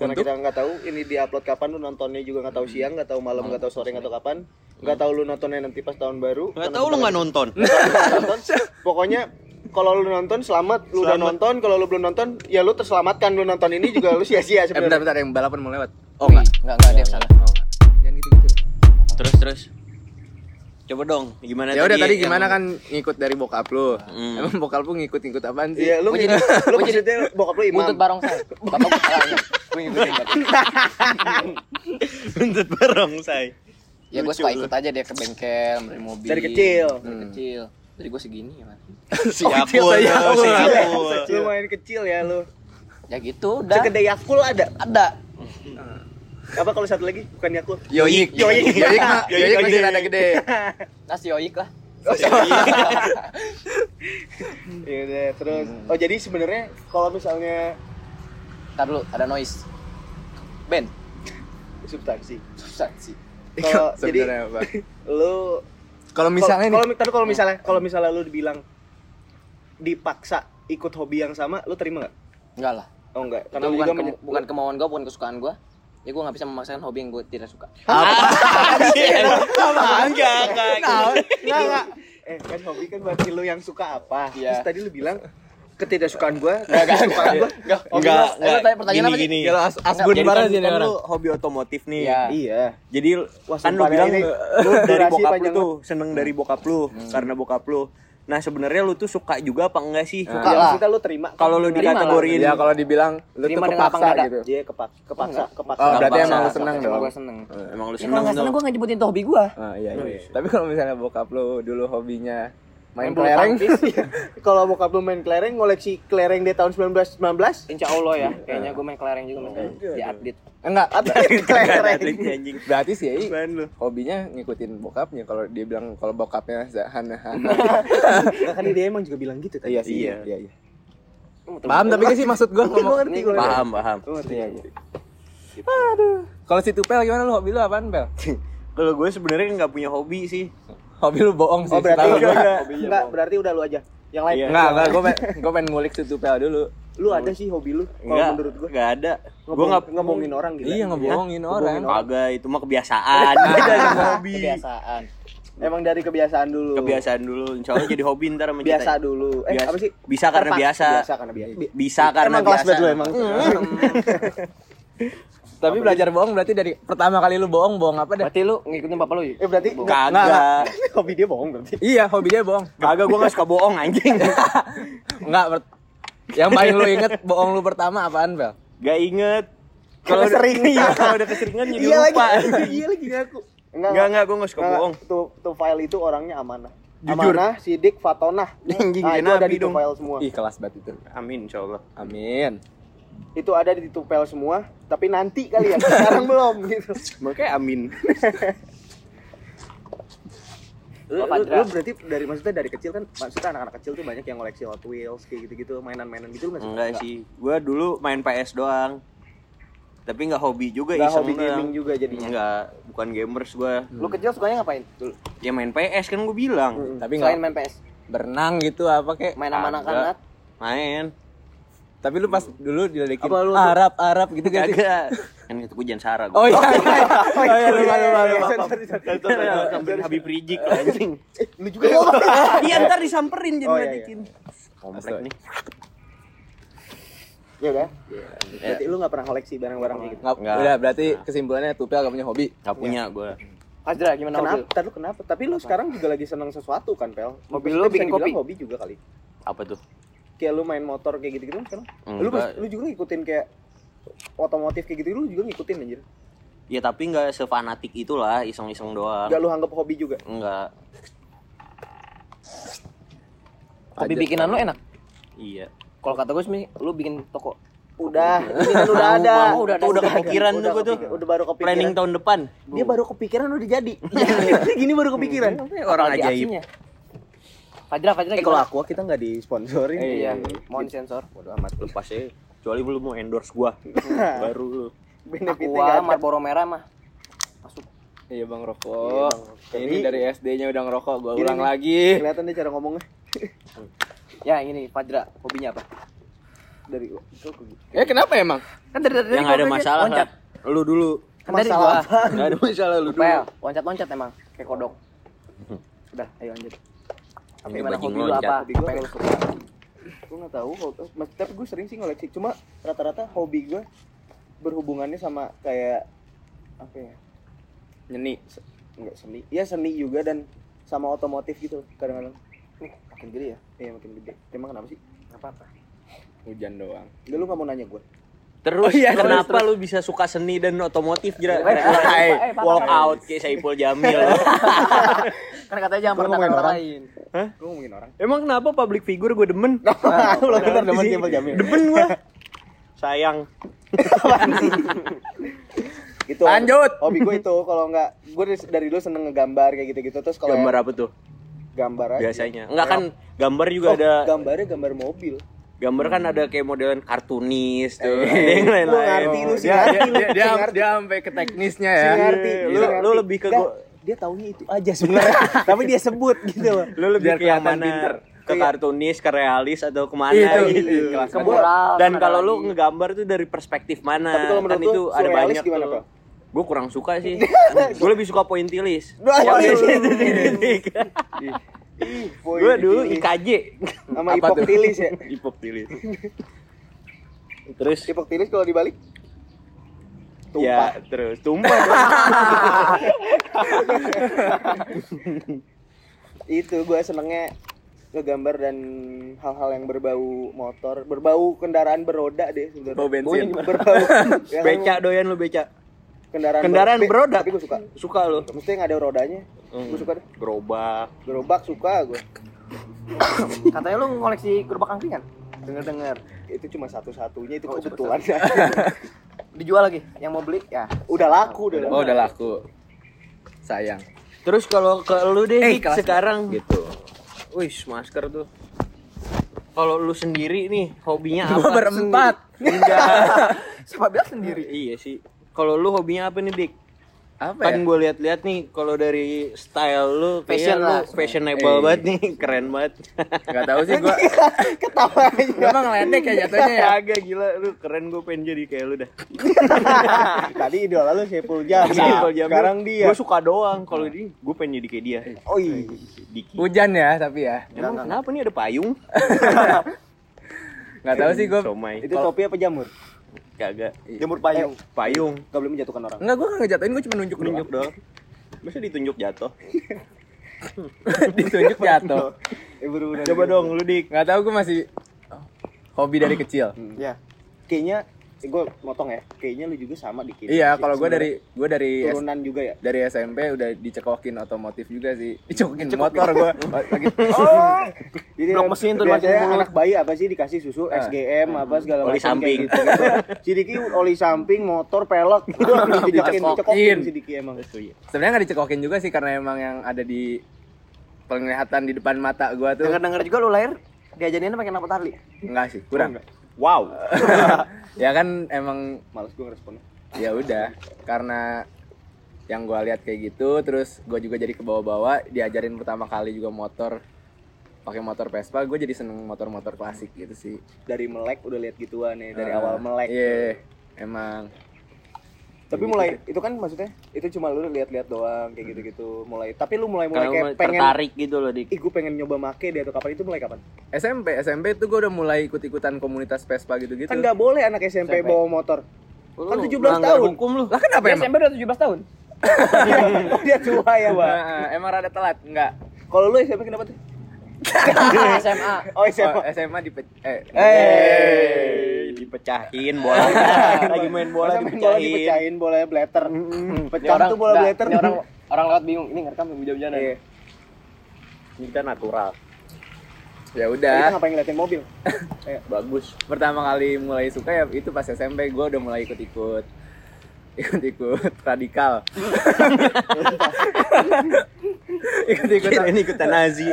[SPEAKER 3] karena
[SPEAKER 2] Untuk?
[SPEAKER 3] kita nggak tahu ini diupload kapan lu nontonnya juga nggak tahu siang nggak tahu malam nggak tahu sore nggak tahu kapan nggak tahu lu nontonnya nanti pas tahun baru
[SPEAKER 1] Enggak
[SPEAKER 3] karena
[SPEAKER 1] tahu lu
[SPEAKER 3] kita
[SPEAKER 1] enggak nonton.
[SPEAKER 3] nggak nonton pokoknya kalau lu nonton selamat lu udah nonton kalau lu belum nonton ya lu terselamatkan lu nonton ini juga lu
[SPEAKER 2] Eh
[SPEAKER 3] sia-sia
[SPEAKER 2] bentar
[SPEAKER 3] sebenarnya
[SPEAKER 2] bentar yang balapan mau lewat. Oh enggak.
[SPEAKER 4] Enggak, enggak ada yang salah.
[SPEAKER 2] Oh, enggak. Jangan gitu-gitu.
[SPEAKER 1] Terus terus. Coba dong, gimana
[SPEAKER 2] Ya udah tadi
[SPEAKER 1] yang-
[SPEAKER 2] gimana kan ngikut dari bokap lu.
[SPEAKER 1] Hmm.
[SPEAKER 2] Emang bokap lu ngikut-ngikut apaan sih?
[SPEAKER 3] Iya, lu
[SPEAKER 4] Gua jadi-
[SPEAKER 3] lu
[SPEAKER 4] gua jadi-
[SPEAKER 3] maksudnya bokap lu imam.
[SPEAKER 4] Buntut barong saya. Bapak gue salah. *laughs* anjing. Gue ngikutin berarti.
[SPEAKER 1] Buntut barongsai.
[SPEAKER 4] Ya gue suka ikut aja dia ke bengkel, beli mobil.
[SPEAKER 3] Dari kecil.
[SPEAKER 4] Dari kecil. Hmm. Dari gue segini ya. Man.
[SPEAKER 1] Si
[SPEAKER 2] *laughs* Oh, kecil
[SPEAKER 1] Apple,
[SPEAKER 2] saya, Apple.
[SPEAKER 1] si Apple.
[SPEAKER 3] Lu
[SPEAKER 2] Iya.
[SPEAKER 3] lu main Iya. kecil ya lu.
[SPEAKER 4] Ya gitu Iya. udah.
[SPEAKER 3] Sekedai Yakul ada.
[SPEAKER 4] Ada.
[SPEAKER 3] Apa kalau satu lagi bukan Yakul?
[SPEAKER 2] Yoyik.
[SPEAKER 3] Yoyik.
[SPEAKER 2] Yoyik mah
[SPEAKER 1] Yoyik
[SPEAKER 2] Yoyik masih
[SPEAKER 1] gede.
[SPEAKER 2] rada gede.
[SPEAKER 4] Nasi yoik lah.
[SPEAKER 2] Hmm.
[SPEAKER 3] Iya deh, terus oh jadi sebenarnya kalau misalnya
[SPEAKER 4] Ntar dulu, ada noise. Ben,
[SPEAKER 3] substansi
[SPEAKER 4] substansi.
[SPEAKER 3] Kalau- jadi-
[SPEAKER 2] Iya, Sebenarnya apa?
[SPEAKER 3] lu
[SPEAKER 2] Kalau misalnya nih
[SPEAKER 3] kalau tapi kalau misalnya kalau misalnya lu dibilang dipaksa ikut hobi yang sama lu terima nggak
[SPEAKER 4] Enggak lah.
[SPEAKER 3] oh enggak karena
[SPEAKER 4] Karena
[SPEAKER 3] lu juga
[SPEAKER 4] bukan,
[SPEAKER 3] Iya,
[SPEAKER 4] kema-
[SPEAKER 3] menye-
[SPEAKER 4] bukan kemauan gue, bukan kesukaan gue. Ya gue nggak bisa memaksakan hobi yang gue tidak suka.
[SPEAKER 1] Enggak, enggak.
[SPEAKER 3] Nggak, nggak. eh kan hobi kan berarti lu yang suka apa
[SPEAKER 4] Iya.
[SPEAKER 3] terus tadi lu bilang ketidaksukaan gua ketidaksukaan gua
[SPEAKER 4] Enggak,
[SPEAKER 1] Enggak,
[SPEAKER 4] Lu tanya pertanyaan apa sih?
[SPEAKER 1] gini, gini.
[SPEAKER 2] Kalau as- asbun
[SPEAKER 1] Jadi
[SPEAKER 2] banget
[SPEAKER 1] kan,
[SPEAKER 2] sih ini
[SPEAKER 1] kan
[SPEAKER 2] orang.
[SPEAKER 1] lu hobi otomotif nih.
[SPEAKER 4] Iya.
[SPEAKER 3] iya
[SPEAKER 1] Jadi
[SPEAKER 3] Wah,
[SPEAKER 1] kan lu
[SPEAKER 3] sumpah,
[SPEAKER 1] bilang
[SPEAKER 3] ini-
[SPEAKER 4] *laughs*
[SPEAKER 1] lu dari
[SPEAKER 3] durasi
[SPEAKER 1] bokap lu
[SPEAKER 3] panjang
[SPEAKER 1] tuh seneng dari
[SPEAKER 4] Hmm.
[SPEAKER 1] bokap lu karena bokap lu. Nah sebenarnya lu tuh suka juga apa enggak sih?
[SPEAKER 3] suka
[SPEAKER 4] Iyalah.
[SPEAKER 3] kita lu terima
[SPEAKER 1] Kalau lu
[SPEAKER 4] Terima lah.
[SPEAKER 1] dikategorin
[SPEAKER 2] Ya kalau dibilang lu tuh
[SPEAKER 4] Terima dengan
[SPEAKER 2] kepaksa
[SPEAKER 4] lapang dada.
[SPEAKER 2] gitu.
[SPEAKER 3] dia kepak- Iya, kepaksa kepaksa
[SPEAKER 2] Oh, berarti emang
[SPEAKER 4] Terpaksa,
[SPEAKER 2] lu senang
[SPEAKER 4] emang
[SPEAKER 2] dong.
[SPEAKER 4] Gue seneng.
[SPEAKER 1] emang lu
[SPEAKER 4] Ya kalau
[SPEAKER 1] seneng
[SPEAKER 4] nggak seneng
[SPEAKER 1] tuh.
[SPEAKER 4] gue nggak nyebutin itu hobi gue.
[SPEAKER 2] Ah, iya, iya. Tapi kalau misalnya bokap lu dulu hobinya main
[SPEAKER 4] Main bulu
[SPEAKER 2] kelereng,
[SPEAKER 4] tangkis.
[SPEAKER 3] kalau bokap lu main kelereng ngoleksi kelereng dia tahun 1919
[SPEAKER 4] Insya Allah ya, kayaknya gue main kelereng juga mas. Di update.
[SPEAKER 2] eh, enggak.
[SPEAKER 3] *laughs* kelereng
[SPEAKER 1] Klik, anjing.
[SPEAKER 2] Berarti sih Ei,
[SPEAKER 3] Apaan lu?
[SPEAKER 2] hobinya ngikutin bokapnya kalau dia bilang kalau bokapnya
[SPEAKER 4] *laughs*
[SPEAKER 2] hana
[SPEAKER 3] Nah, kan dia emang juga bilang gitu tadi.
[SPEAKER 2] iya sih
[SPEAKER 1] Iya.
[SPEAKER 2] iya iya paham tapi gak sih maksud gua
[SPEAKER 3] Lu
[SPEAKER 2] ngomong
[SPEAKER 3] ngerti gue.
[SPEAKER 1] Paham, paham.
[SPEAKER 3] Lu ngerti.
[SPEAKER 2] Iya, iya. aduh kalau si tupel gimana lu hobi lu apaan pel
[SPEAKER 1] Kalau gue sebenarnya nggak punya hobi sih.
[SPEAKER 2] hobi lu bohong sih
[SPEAKER 3] Oh, berarti
[SPEAKER 2] setahu
[SPEAKER 3] udah,
[SPEAKER 2] gua.
[SPEAKER 3] udah. *laughs* Enggak, berarti udah lu aja. Yang lain.
[SPEAKER 1] Iya.
[SPEAKER 2] enggak enggak gua pengen gua pengen ngulik si tupel dulu
[SPEAKER 3] Lu ada sih hobi lu kalau
[SPEAKER 1] Enggak,
[SPEAKER 3] menurut gua.
[SPEAKER 1] nggak ada. Gue
[SPEAKER 3] Ngomong,
[SPEAKER 1] nggak
[SPEAKER 3] ngomongin orang gitu.
[SPEAKER 2] iya ngebohongin orang
[SPEAKER 1] *laughs* Kagak itu mah kebiasaan. Ada yang hobi.
[SPEAKER 4] Kebiasaan.
[SPEAKER 3] Emang dari kebiasaan dulu.
[SPEAKER 1] kebiasaan dulu insya Allah jadi hobi ntar sama
[SPEAKER 3] Biasa
[SPEAKER 1] kita. ya.
[SPEAKER 3] dulu. Eh,
[SPEAKER 1] Biasa.
[SPEAKER 3] apa sih?
[SPEAKER 1] Bisa karena
[SPEAKER 3] Terpaksa.
[SPEAKER 1] biasa.
[SPEAKER 3] Biasa karena biasa. Bi-
[SPEAKER 1] bisa karena
[SPEAKER 3] emang kelas
[SPEAKER 1] biasa
[SPEAKER 3] bed lu emang.
[SPEAKER 2] Tapi belajar bohong berarti dari pertama kali lu bohong, bohong apa dah?
[SPEAKER 4] Berarti lu ngikutin bapak lu ya?
[SPEAKER 3] Eh, berarti
[SPEAKER 2] Nggak, nggak.
[SPEAKER 1] kagak
[SPEAKER 3] hobi dia bohong berarti.
[SPEAKER 2] Iya, hobi dia bohong.
[SPEAKER 1] kagak gue gak suka bohong *laughs* anjing
[SPEAKER 2] Enggak, ber- yang paling lu inget bohong lu pertama apaan, Bel?
[SPEAKER 1] gak inget
[SPEAKER 3] Karena
[SPEAKER 1] udah-
[SPEAKER 3] sering.
[SPEAKER 1] *laughs* iya kalau udah keseringan jadi
[SPEAKER 3] Iya lagi.
[SPEAKER 1] lupa
[SPEAKER 3] Iya lagi ngaku.
[SPEAKER 1] Enggak, enggak, gua nggak suka bohong.
[SPEAKER 3] Tuh tuh file itu orangnya amanah.
[SPEAKER 1] Jujur.
[SPEAKER 3] Amanah, sidik, *laughs* fatonah.
[SPEAKER 1] Anjing,
[SPEAKER 3] Nah,
[SPEAKER 1] kayak
[SPEAKER 3] itu ada
[SPEAKER 1] nabi
[SPEAKER 3] di tuh
[SPEAKER 1] dong.
[SPEAKER 3] file semua.
[SPEAKER 2] Ih, kelas banget itu.
[SPEAKER 1] *laughs* amin insya Allah
[SPEAKER 2] Amin.
[SPEAKER 3] Itu ada di tupel semua, tapi nanti kali ya. Sekarang *laughs* belum gitu.
[SPEAKER 1] makanya amin
[SPEAKER 3] Lu,
[SPEAKER 4] Bapak
[SPEAKER 3] lu-
[SPEAKER 4] Dra.
[SPEAKER 3] lu berarti dari maksudnya dari kecil kan maksudnya anak-anak kecil tuh banyak yang koleksi Hot Wheels kayak gitu-gitu, mainan-mainan gitu lu nggak
[SPEAKER 1] *laughs*
[SPEAKER 3] sih?
[SPEAKER 1] enggak sih gue dulu main PS doang tapi nggak hobi juga
[SPEAKER 3] Nggak
[SPEAKER 1] iseng
[SPEAKER 3] hobi
[SPEAKER 1] doang.
[SPEAKER 3] gaming juga jadinya. Iya,
[SPEAKER 1] enggak bukan gamers gue
[SPEAKER 4] Lu kecil sukanya ngapain? Dulu.
[SPEAKER 1] ya main PS kan gue bilang
[SPEAKER 2] Tapi nggak
[SPEAKER 4] Selain main PS,
[SPEAKER 2] berenang gitu apa kek?
[SPEAKER 4] main sama anak
[SPEAKER 1] Kagak.
[SPEAKER 4] anak
[SPEAKER 1] main
[SPEAKER 2] Tapi lu pas dulu diledekin
[SPEAKER 3] Apa lu tuh?
[SPEAKER 2] Arab, Arab gitu kan?
[SPEAKER 1] kagak kan itu gue jangan sarah
[SPEAKER 2] Oh iya. Oh iya, lupa lupa lupa.
[SPEAKER 1] sampai Habib Rizik lah, anjing
[SPEAKER 3] Eh, lu juga ya?
[SPEAKER 1] iya ntar disamperin jadi
[SPEAKER 3] Oh, iya,
[SPEAKER 1] ngeliatin. Komplek nih
[SPEAKER 3] Iya kan? Berarti lu nggak pernah koleksi barang-barang kayak gitu.
[SPEAKER 2] Nggak-
[SPEAKER 1] Nggak.
[SPEAKER 2] Udah, berarti kesimpulannya Tupel gak punya hobi.
[SPEAKER 1] nggak punya gue
[SPEAKER 4] Azra gimana
[SPEAKER 3] Kenapa?
[SPEAKER 4] mobil?
[SPEAKER 3] Ntar lu kenapa? Tapi lu sekarang juga lagi seneng sesuatu kan, Pel? Maksudnya
[SPEAKER 4] Hobi lu
[SPEAKER 3] bisa
[SPEAKER 4] bikin
[SPEAKER 3] dibilang
[SPEAKER 4] kopi?
[SPEAKER 3] Hobi juga kali.
[SPEAKER 1] apa tuh
[SPEAKER 3] Kayak lu main motor kayak gitu-gitu kan? sekarang? Lu,
[SPEAKER 1] Enggak.
[SPEAKER 3] lu juga ngikutin kayak otomotif kayak gitu, lu juga ngikutin anjir.
[SPEAKER 1] ya tapi nggak sefanatik itulah iseng-iseng doang
[SPEAKER 3] Gak lu anggap hobi juga.
[SPEAKER 1] enggak
[SPEAKER 4] Kopi
[SPEAKER 2] Aja.
[SPEAKER 4] bikinan lu enak.
[SPEAKER 1] iya
[SPEAKER 4] Kalau kata gue sih, lu bikin toko.
[SPEAKER 3] Udah, ini kan udah
[SPEAKER 1] Mau,
[SPEAKER 3] ada.
[SPEAKER 1] mau, udah ada. Udah kepikiran
[SPEAKER 3] Udah
[SPEAKER 1] tuh gua tuh.
[SPEAKER 3] kepikiran. Udah baru kepikiran.
[SPEAKER 1] planning tahun depan
[SPEAKER 3] Dia baru kepikiran udah
[SPEAKER 4] *laughs*
[SPEAKER 3] jadi. Dia
[SPEAKER 4] Iya.
[SPEAKER 3] *laughs* Gini baru kepikiran.
[SPEAKER 1] orang
[SPEAKER 4] Apalagi
[SPEAKER 1] ajaib.
[SPEAKER 4] aksinya. iya. Fajra, Fajra
[SPEAKER 3] Eh kalau
[SPEAKER 4] gimana?
[SPEAKER 3] aku kita nggak disponsorin.
[SPEAKER 4] Iya, mohon sensor.
[SPEAKER 1] Waduh amat lepas ya kecuali belum mau endorse gua
[SPEAKER 3] Nah.
[SPEAKER 1] baru lu
[SPEAKER 3] *laughs* Benefitnya nggak
[SPEAKER 4] Aqua,
[SPEAKER 3] ada.
[SPEAKER 4] Marlboro merah mah. Masuk.
[SPEAKER 2] Iya Bang Rokok. Ini
[SPEAKER 3] Jadi-
[SPEAKER 2] dari SD-nya udah ngerokok, gua
[SPEAKER 3] Gini
[SPEAKER 2] ulang
[SPEAKER 3] nih.
[SPEAKER 2] lagi.
[SPEAKER 3] Kelihatan deh cara ngomongnya
[SPEAKER 4] Ya, ini Fajra, hobinya apa?
[SPEAKER 3] dari itu aku gitu.
[SPEAKER 2] Eh kenapa emang?
[SPEAKER 4] Kan dari dari
[SPEAKER 1] yang nggak ada
[SPEAKER 4] gua
[SPEAKER 1] masalah
[SPEAKER 4] loncat.
[SPEAKER 1] Ra. lu dulu
[SPEAKER 4] Kan dari
[SPEAKER 3] Masalah
[SPEAKER 4] gua.
[SPEAKER 3] apa?
[SPEAKER 1] nggak ada masalah lu dulu
[SPEAKER 4] Pel, loncat-loncat emang kayak kodok. Udah, ayo lanjut. Apa
[SPEAKER 1] Hmm. Ini
[SPEAKER 4] gimana
[SPEAKER 1] bajing
[SPEAKER 4] hobi lu
[SPEAKER 1] loncat.
[SPEAKER 4] apa?
[SPEAKER 3] Hobi gua
[SPEAKER 4] Apa yang lu suka?
[SPEAKER 3] Gue nggak tahu. hobi- Mas, tapi gue sering sih ngoleksi. Cuma rata-rata hobi gue berhubungannya sama kayak apa ya?
[SPEAKER 2] Nyeni.
[SPEAKER 3] Enggak seni. Ya seni juga dan sama otomotif gitu kadang-kadang. Nih, makin gede ya? Iya makin gede. Emang kenapa sih?
[SPEAKER 4] Nggak apa-apa.
[SPEAKER 2] Hujan doang.
[SPEAKER 3] Enggak lu nggak mau nanya gue?
[SPEAKER 2] Oh,
[SPEAKER 1] terus
[SPEAKER 2] iya,
[SPEAKER 1] kenapa lu bisa suka seni dan otomotif jira
[SPEAKER 4] eh, eh,
[SPEAKER 1] walk out kayak Saiful Jamil
[SPEAKER 4] Kan katanya jangan pernah
[SPEAKER 3] ngomongin
[SPEAKER 4] orang
[SPEAKER 3] orang.
[SPEAKER 4] lain.
[SPEAKER 3] Gue ngomongin orang.
[SPEAKER 1] emang kenapa public figure gue *laughs* demen
[SPEAKER 3] Lu bener
[SPEAKER 1] Demen sih. demen gue sayang
[SPEAKER 3] Gitu.
[SPEAKER 2] Lanjut.
[SPEAKER 3] Hobi gue itu kalau nggak gue dari- dari dulu seneng ngegambar kayak gitu-gitu terus kalau
[SPEAKER 1] gambar apa tuh
[SPEAKER 3] gambar aja.
[SPEAKER 1] biasanya enggak kan gambar juga
[SPEAKER 3] Oh,
[SPEAKER 1] ada
[SPEAKER 3] gambarnya gambar mobil.
[SPEAKER 1] gambar kan ada kayak modelan kartunis tuh ada yang
[SPEAKER 3] Lu
[SPEAKER 1] lain-lain
[SPEAKER 3] ngerti lu sih
[SPEAKER 2] Dia dia dia, Iya,
[SPEAKER 3] ngerti lu
[SPEAKER 2] dia,
[SPEAKER 3] sih ngerti.
[SPEAKER 2] dia sampai ke teknisnya
[SPEAKER 3] Sih
[SPEAKER 2] ya.
[SPEAKER 3] ngerti,
[SPEAKER 1] Iya,
[SPEAKER 3] sih
[SPEAKER 1] lu-
[SPEAKER 3] ngerti.
[SPEAKER 1] lu lebih ke
[SPEAKER 3] Nggak,
[SPEAKER 1] gua-
[SPEAKER 3] dia taunya itu aja
[SPEAKER 1] *laughs*
[SPEAKER 3] sebenarnya tapi dia sebut gitu loh
[SPEAKER 1] lu lebih
[SPEAKER 2] Biar
[SPEAKER 1] ke yang
[SPEAKER 2] kelihatan
[SPEAKER 1] mana
[SPEAKER 2] pinter.
[SPEAKER 3] eh,
[SPEAKER 1] ke
[SPEAKER 3] iya.
[SPEAKER 1] kartunis ke realis atau kemana
[SPEAKER 2] Itu,
[SPEAKER 1] gitu
[SPEAKER 2] itu, kelas
[SPEAKER 4] Ke moral.
[SPEAKER 1] dan
[SPEAKER 4] ada
[SPEAKER 1] kalau lu
[SPEAKER 4] lagi.
[SPEAKER 1] ngegambar tuh dari perspektif mana
[SPEAKER 3] Tapi kalau
[SPEAKER 1] kan
[SPEAKER 3] menurut
[SPEAKER 1] itu
[SPEAKER 3] lu,
[SPEAKER 1] ada
[SPEAKER 3] surrealis
[SPEAKER 1] banyak
[SPEAKER 3] gimana, Pak?
[SPEAKER 1] tuh gue kurang suka
[SPEAKER 3] *laughs*
[SPEAKER 1] sih gue lebih suka pointilis
[SPEAKER 3] Wah,
[SPEAKER 1] Pointilis. *laughs*
[SPEAKER 3] Boy,
[SPEAKER 1] gue dulu
[SPEAKER 3] dipilih.
[SPEAKER 1] IKJ
[SPEAKER 3] sama
[SPEAKER 2] Apa
[SPEAKER 3] ipok
[SPEAKER 2] tuh?
[SPEAKER 3] tilis ya
[SPEAKER 1] *laughs*
[SPEAKER 3] *laughs*
[SPEAKER 1] hipoktilis terus
[SPEAKER 3] ipok tilis kalau dibalik
[SPEAKER 1] ya
[SPEAKER 3] tumpah
[SPEAKER 1] terus tumpah
[SPEAKER 3] *laughs*
[SPEAKER 1] dong.
[SPEAKER 3] itu gue senengnya ngegambar dan hal-hal yang berbau motor berbau kendaraan beroda deh sebenarnya
[SPEAKER 2] Bau bensin.
[SPEAKER 1] *laughs*
[SPEAKER 3] berbau ya,
[SPEAKER 1] beca doyan lu beca
[SPEAKER 3] kendaraan
[SPEAKER 1] kendaraan
[SPEAKER 3] ber-
[SPEAKER 1] beroda. Hmm.
[SPEAKER 3] tapi gue suka
[SPEAKER 1] suka lu
[SPEAKER 3] mesti yang ada rodanya gue suka deh
[SPEAKER 1] gerobak
[SPEAKER 3] gerobak suka gue
[SPEAKER 4] Katanya lu ngoleksi gerobak angkringan. Dengar-dengar.
[SPEAKER 3] itu cuma satu-satunya itu
[SPEAKER 4] Oh,
[SPEAKER 3] kebetulan
[SPEAKER 4] cuma Dijual lagi yang mau beli ya.
[SPEAKER 3] *laughs* udah laku udah
[SPEAKER 2] Oh, udah laku. Sayang.
[SPEAKER 1] Terus kalau ke lu deh
[SPEAKER 2] Eh,
[SPEAKER 1] Dik,
[SPEAKER 2] kelas
[SPEAKER 1] sekarang
[SPEAKER 2] Gitu.
[SPEAKER 1] Wih, masker tuh. Kalau lu sendiri nih hobinya apa?
[SPEAKER 2] Gua berempat.
[SPEAKER 1] Enggak.
[SPEAKER 4] Siapa bilang sendiri?
[SPEAKER 1] iya sih. Kalau lu hobinya apa nih, Dik?
[SPEAKER 2] apa
[SPEAKER 1] kan
[SPEAKER 2] ya?
[SPEAKER 1] gue lihat-lihat nih kalau dari style lu fashion
[SPEAKER 4] Fashion
[SPEAKER 1] lu
[SPEAKER 4] lah.
[SPEAKER 1] fashionable
[SPEAKER 2] Eh.
[SPEAKER 1] banget nih *laughs* keren banget
[SPEAKER 2] Nggak tahu sih gua.
[SPEAKER 4] *laughs* Ketawa aja.
[SPEAKER 2] Gua emang ngeledek ya jatuhnya ya.
[SPEAKER 1] *laughs* agak gila lu keren gue pengen jadi kayak lu dah
[SPEAKER 3] Tadi idola lu Saiful Jamil. Sekarang dia.
[SPEAKER 1] gue suka doang kalau ini gue pengen jadi kayak dia
[SPEAKER 3] Oh iya.
[SPEAKER 1] Diki
[SPEAKER 2] Hujan ya tapi ya.
[SPEAKER 1] emang kenapa nih ada payung
[SPEAKER 2] Nggak tahu sih gua.
[SPEAKER 1] somai
[SPEAKER 3] Itu topi apa jamur?
[SPEAKER 1] kagak
[SPEAKER 3] Jamur payung.
[SPEAKER 1] payung
[SPEAKER 3] Gak boleh menjatuhkan orang.
[SPEAKER 2] Enggak gua nggak ngejatuhin gua cuma nunjuk
[SPEAKER 1] nunjuk doang masa ditunjuk jatuh
[SPEAKER 2] doang. *laughs* Ditunjuk *laughs* jatuh.
[SPEAKER 3] *laughs* Eh, bener-bener.
[SPEAKER 1] coba dong lu dik
[SPEAKER 2] Nggak tahu gua masih hobi dari kecil.
[SPEAKER 3] Ya. Kayaknya gue motong ya. Kayaknya lu juga sama dikit.
[SPEAKER 2] Iya, kalau gua dari gua dari S-
[SPEAKER 3] turunan juga ya.
[SPEAKER 2] dari SMP udah dicekokin otomotif juga sih. *laughs* Dicekokin motor gua. Lagi
[SPEAKER 3] Jadi
[SPEAKER 4] Blok mesin tuh dimasukin
[SPEAKER 3] biasanya
[SPEAKER 4] mulut.
[SPEAKER 3] anak bayi apa sih dikasih susu
[SPEAKER 2] Ah.
[SPEAKER 3] SGM apa segala
[SPEAKER 1] Oli
[SPEAKER 3] macam
[SPEAKER 1] samping.
[SPEAKER 3] kayak gitu. *laughs* si Diki oli samping, motor, pelek, dicekokin, dicekokin si Diki emang.
[SPEAKER 2] Sebenarnya nggak dicekokin juga sih karena emang yang ada di penglihatan di depan mata gua tuh
[SPEAKER 4] Denger denger juga lu lahir diajarinnya pakai napot Harley.
[SPEAKER 2] enggak sih,
[SPEAKER 1] Oh,
[SPEAKER 2] kurang.
[SPEAKER 1] wow
[SPEAKER 2] ya kan emang
[SPEAKER 3] Males gue ngeresponnya.
[SPEAKER 2] ya udah karena yang gua lihat kayak gitu terus gua juga jadi ke bawah-bawah diajarin pertama kali juga motor pakai motor Vespa gue jadi seneng motor-motor klasik gitu sih
[SPEAKER 3] Dari melek udah lihat gituan ya
[SPEAKER 2] Eh,
[SPEAKER 3] dari awal melek.
[SPEAKER 2] iya emang
[SPEAKER 3] Tapi
[SPEAKER 1] Iya,
[SPEAKER 3] mulai itu kan maksudnya itu cuma lu lihat-lihat doang kayak gitu-gitu. Mulai tapi lu mulai-mulai
[SPEAKER 1] Hmm. kalau
[SPEAKER 3] kayak pengen
[SPEAKER 1] tertarik gitu loh dik
[SPEAKER 3] Ih, gue pengen nyoba make deh atau kapan itu mulai kapan?
[SPEAKER 2] SMP SMP tuh gua udah mulai ikut-ikutan komunitas Vespa gitu-gitu
[SPEAKER 3] Kan nggak boleh anak SMP,
[SPEAKER 4] SMP.
[SPEAKER 3] bawa motor. Kan
[SPEAKER 1] Lu
[SPEAKER 3] 17
[SPEAKER 1] melanggar
[SPEAKER 3] tahun.
[SPEAKER 1] hukum lu
[SPEAKER 2] lah kenapa emang
[SPEAKER 4] SMP udah 17 *laughs* tahun.
[SPEAKER 3] *laughs* oh, dia tua ya, Pak.
[SPEAKER 2] Nah, emang rada telat enggak
[SPEAKER 3] Kalau lu SMP kenapa tuh?
[SPEAKER 4] SMA.
[SPEAKER 3] Oh,
[SPEAKER 2] oh,
[SPEAKER 3] SMA.
[SPEAKER 2] SMA di eh
[SPEAKER 1] eh dipecahin
[SPEAKER 3] *laughs*
[SPEAKER 1] bola lagi main bola
[SPEAKER 3] Masa main
[SPEAKER 1] *laughs*
[SPEAKER 3] bola
[SPEAKER 1] dipecahin
[SPEAKER 3] dipecahin, bolanya bleter.
[SPEAKER 4] Ini
[SPEAKER 3] Pecah tuh bola
[SPEAKER 4] nggak,
[SPEAKER 3] bleter.
[SPEAKER 4] ini orang orang lewat bingung ini ngerekam hujan-hujanan.
[SPEAKER 3] Iya.
[SPEAKER 1] minta kan natural
[SPEAKER 2] ya
[SPEAKER 3] Kita
[SPEAKER 2] udah
[SPEAKER 3] ngapain ngeliatin mobil? *laughs* Ayo.
[SPEAKER 1] bagus
[SPEAKER 2] pertama kali mulai suka ya itu pas SMP gua udah mulai ikut-ikut *laughs* ikut-ikut radikal ikut-ikut
[SPEAKER 1] Kirain ikutan
[SPEAKER 3] *laughs*
[SPEAKER 1] Nazi